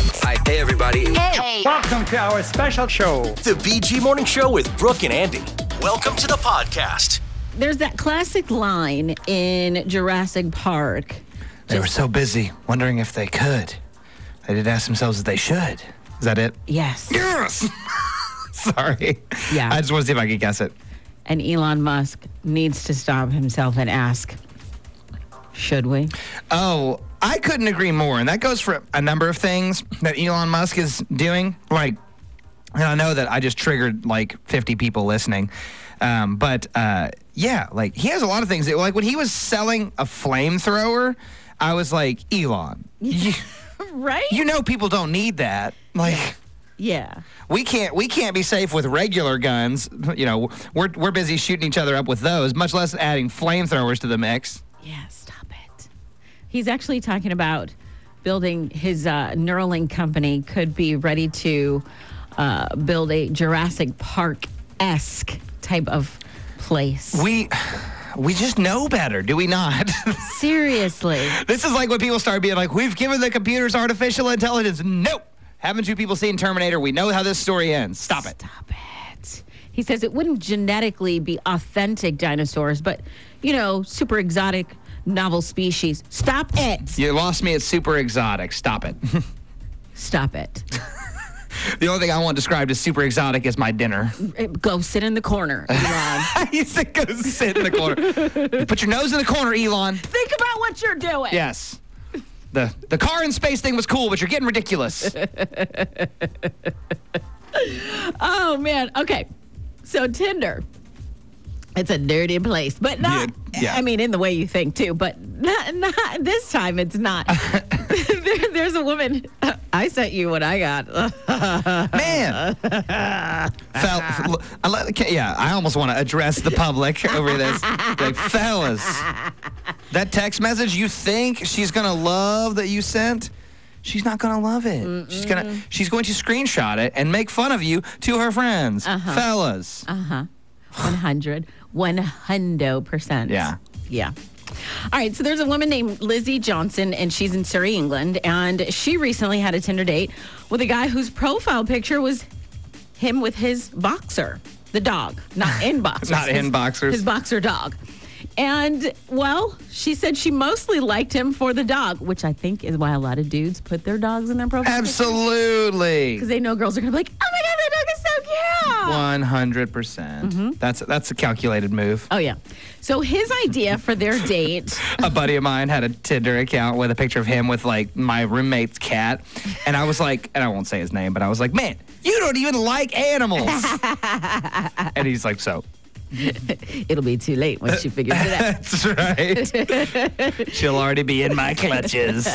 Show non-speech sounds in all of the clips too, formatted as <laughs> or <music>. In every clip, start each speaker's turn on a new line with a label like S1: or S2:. S1: Hey, everybody.
S2: Welcome to our special show.
S1: The BG Morning Show with Brooke and Andy. Welcome to the podcast.
S3: There's that classic line in Jurassic Park.
S4: They were so busy wondering if they could. They didn't ask themselves if they should. Is that it? <laughs>
S3: Yes.
S4: Yes. Sorry.
S3: Yeah.
S4: I just want to see if I could guess it.
S3: And Elon Musk needs to stop himself and ask, should we?
S4: Oh, I couldn't agree more. And that goes for a number of things that Elon Musk is doing. Like, and I know that I just triggered like 50 people listening. Um, but uh, yeah, like he has a lot of things. That, like when he was selling a flamethrower, I was like, Elon, you,
S3: Right?
S4: you know people don't need that. Like,
S3: yeah.
S4: we can't we can't be safe with regular guns. You know, we're we're busy shooting each other up with those, much less adding flamethrowers to the mix.
S3: Yeah, stop it. He's actually talking about building his uh, Neuralink company could be ready to uh, build a Jurassic Park esque type of place.
S4: We we just know better, do we not? <laughs>
S3: Seriously.
S4: this is like when people start being like, "We've given the computers artificial intelligence." Nope. Haven't you people seen Terminator? We know how this story ends. Stop it.
S3: Stop it. He says it wouldn't genetically be authentic dinosaurs, but, you know, super exotic novel species. Stop it.
S4: You lost me at super exotic. Stop it. <laughs>
S3: Stop <laughs> it.
S4: the only thing I want described as super exotic is my dinner. <laughs>
S3: Go oh, sit in the corner, Elon.
S4: you said go sit in the corner. Put your nose in the corner, Elon.
S3: Think about what you're doing.
S4: Yes. The the car in space thing was cool, but you're getting ridiculous.
S3: Oh, man. Okay. So, Tinder. It's a dirty place, but not.
S4: Yeah, yeah.
S3: I mean, in the way you think too, but not, not this time. It's <laughs> not. there, there's a woman. I sent you what I got.
S4: Man. Fel- l- I li- ca- yeah, I almost want to address the public over this. Like, fellas, that text message you think she's going to love that you sent? She's not gonna love it. She's gonna she's going to screenshot it and make fun of you to her friends, fellas.
S3: 100 100%
S4: Yeah.
S3: yeah all right so there's a woman named lizzie johnson and she's in surrey england and she recently had a tinder date with a guy whose profile picture was him with his boxer the dog
S4: <laughs>
S3: not in boxers
S4: Not in
S3: his-
S4: boxers.
S3: his boxer dog and well she said she mostly liked him for the dog which i think is why a lot of dudes put their dogs in their profile
S4: Absolutely.
S3: because they know girls are gonna be like oh my god that dog is so cute
S4: One hundred percent. That's that's a calculated move.
S3: Oh, yeah. So his idea for
S4: <laughs>
S3: their date,
S4: a buddy of mine had a Tinder account with a picture of him with like my roommate's cat. And I was like, and I won't say his name, but I was like, man, you don't even like
S3: <laughs>
S4: animals. and he's like, so. <laughs>
S3: it'll be too late when she figures it out.
S4: That's right. She'll already be in my clutches.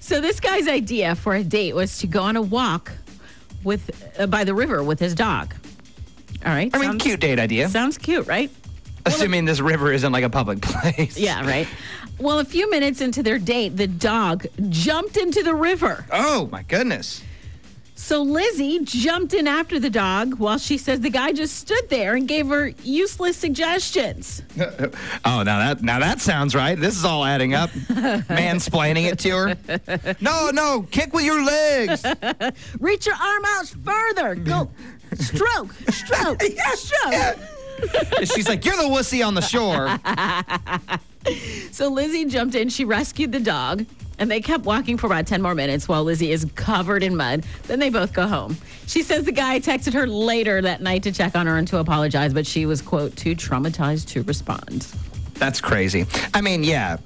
S3: So this guy's idea for a date was to go on a walk with uh, by the river with his dog. All right.
S4: I mean,
S3: sounds-
S4: cute date idea.
S3: Sounds cute, right?
S4: Assuming this river isn't like a public place. <laughs>
S3: Yeah, right. Well, a few minutes into their date, the dog jumped into the river.
S4: Oh my goodness.
S3: So Lizzie jumped in after the dog while she says the guy just stood there and gave her useless suggestions.
S4: Oh, now that now that sounds right. This is all adding up. Mansplaining it to
S3: <laughs>
S4: her. No, no, kick with your legs.
S3: Reach your arm out further. Go. Stroke, stroke, stroke.
S4: And she's like, "You're the wussy on the shore."
S3: So Lizzie jumped in. She rescued the dog, and they kept walking for about 10 more minutes while Lizzie is covered in mud. Then they both go home. She says the guy texted her later that night to check on her and to apologize, but she was, quote, too traumatized to respond.
S4: That's crazy. I mean, yeah.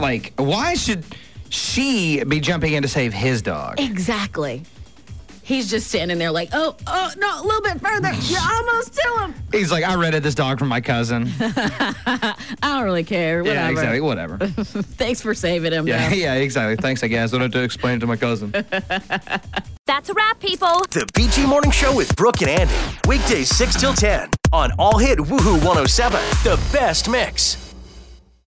S4: Like, why should she be jumping in to save his dog?
S3: Exactly. He's just standing there like, oh, oh, no, a little bit further. You're almost to him.
S4: He's like, I rented this dog from my cousin.
S3: I don't really care. Whatever.
S4: yeah, exactly. Whatever.
S3: Thanks for saving him.
S4: Yeah, <laughs>
S3: though.
S4: yeah, exactly. Thanks, I guess. I don't have to explain it to my cousin.
S5: That's a wrap, people.
S1: The BG Morning Show with Brooke and Andy. Weekdays 6 till 10 on All Hit Woohoo 107. The oh best mix.